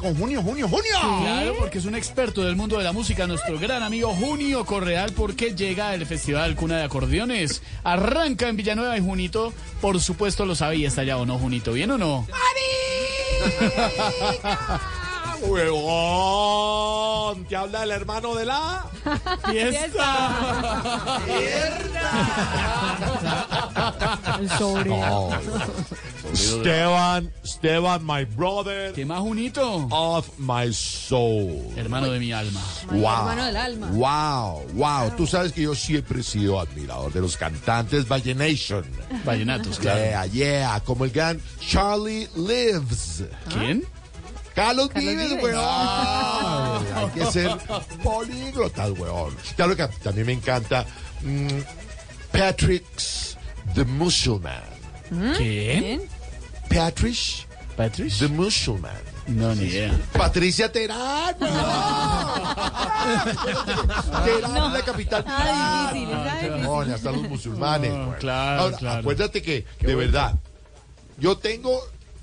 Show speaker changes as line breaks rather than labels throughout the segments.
con Junio, Junio, Junio.
Claro, porque es un experto del mundo de la música, nuestro gran amigo Junio Correal, porque llega el Festival Cuna de Acordeones. Arranca en Villanueva y Junito, por supuesto lo sabía, está allá o no, Junito, ¿bien o no?
¡Marica! ¡Huevón! Te habla el hermano de la
¡Fiesta!
El
Ah,
sobrino.
Esteban, Esteban, my brother
¿Qué más, Junito?
of my soul.
Hermano de mi alma.
hermano del alma.
Wow, wow. Tú sabes que yo siempre he sido admirador de los cantantes Vallenation.
Vallenatos, claro.
Yeah, yeah, como el gran Charlie Lives.
¿Quién?
Carlos, Vives,
Vives.
weón. Hay que ser políglotas, weón. Claro que también me encanta mm, Patrick's The Musulman.
¿Quién?
Patrick
¿Patricia?
The Musulman.
No, ni idea.
Patricia Terán, weón. Terán, la capital.
Está Ah, difícil, está difícil.
No, hasta los musulmanes. güey.
claro,
Ahora,
claro.
acuérdate que, de verdad, yo tengo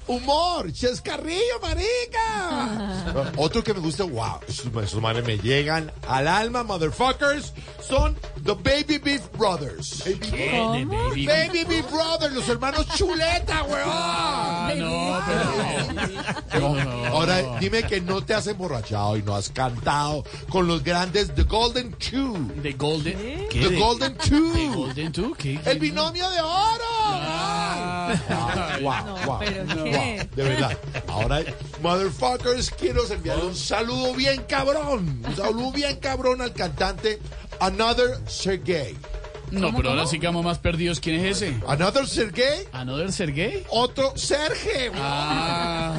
humor, chescarrillo, marica. Otro que me gusta, wow, esos esos manes me llegan al alma, motherfuckers, son The Baby Beef Brothers.
¿Quién? De Baby.
Baby Beef Brothers, los hermanos chuleta, weón.
Ah, no, pero no. No, no.
Ahora, dime que no te has emborrachado y no has cantado con los grandes The Golden Two.
¿De Golden? ¿Qué?
The
¿De-
Golden Eh, Two.
de Golden tú? ¿Qué?
¡El
qué?
binomio de
Ah.
oro! Guau, guau, guau,
pero
guau,
¿qué?
De verdad. Ahora, motherfuckers, quiero enviar un saludo bien cabrón. Un saludo bien cabrón al cantante Another Sergey.
No, pero ahora sí quedamos más perdidos. ¿Quién es ese?
Another Sergey,
¿Another Sergey?
otro Sergey.
Ah,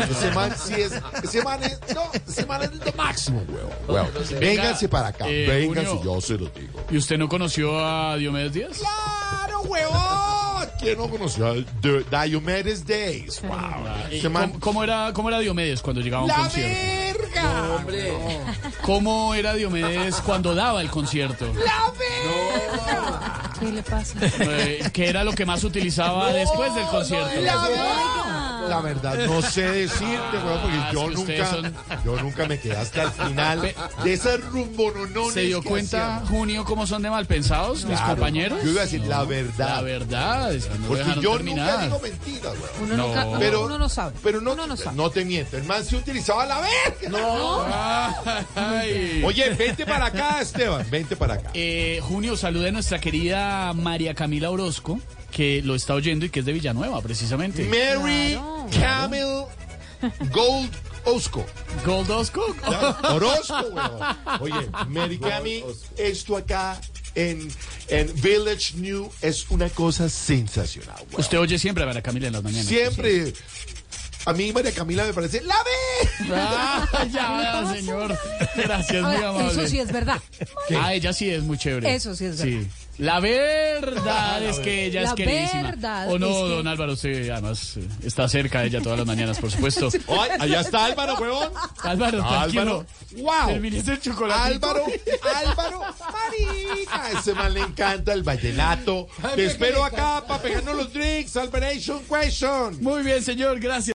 Ese man sí es, ese man es, no, ese man es lo máximo, weón. weón. Vénganse para acá,
Eh,
vénganse,
Junio.
yo se lo digo.
¿Y usted no conoció a Diomedes Díaz?
¡Claro, huevón! ¿Quién no conoció al Di- Diomedes Days? ¡Wow!
Eh,
Ese Este man-
¿Cómo, cómo era, ¿Cómo era Diomedes cuando llegaba a un
¡La
concierto?
verga!
¿Cómo era Diomedes cuando daba el concierto?
¡La verga!
¿Qué le pasa?
Eh, ¿Qué era lo que más utilizaba después del concierto?
¡La verga! La verdad, no sé decirte, weón, porque
Ah,
yo
es que
nunca,
ustedes son-
yo nunca me quedé hasta el final de esas rumbononones
¿Se dio
que
cuenta,
hacían.
Junio, cómo son de malpensados mis
Claro,
compañeros?
Yo iba a decir la
La
verdad.
verdad, es que no lo
Porque
dejaron
yo nunca
terminar.
digo mentiras, weón.
Uno,
No.
nunca, uno-
Pero,
uno no sabe.
Pero no,
uno no sabe.
no te miento, el man se utilizaba la verga.
Ay.
Oye, vente para acá, Esteban, vente para acá.
Eh, junio, salude a nuestra querida María Camila Orozco, que lo está oyendo y que es de Villanueva, precisamente.
Mary
Claro.
Camel Gold Osco.
Goldosco.
Orozco, weón. Oye, Mary Cami, esto acá en, en Village New es una cosa sensacional, weón.
Usted oye siempre a María Camila en las mañanas.
Siempre. A mí María Camila me parece la B.
Ah, ya, señor. Gracias,
Ahora,
muy amable.
Ah, eso sí es verdad.
Ah, ella sí es muy chévere.
Eso sí es verdad.
Sí. La verdad es que ella es
La
queridísima.
verdad
o no,
es que-
don Álvaro, usted además eh, está cerca de ella todas las mañanas, por supuesto.
Ay, allá está Álvaro, weón.
Ah, Álvaro, tranquilo.
Álvaro. Wow.
Termine ese chocolatito.
Álvaro, Álvaro, marica, ese man le encanta el vallenato. Te espero acá para pegarnos los drinks, Alvaration Question.
Muy bien, señor, gracias.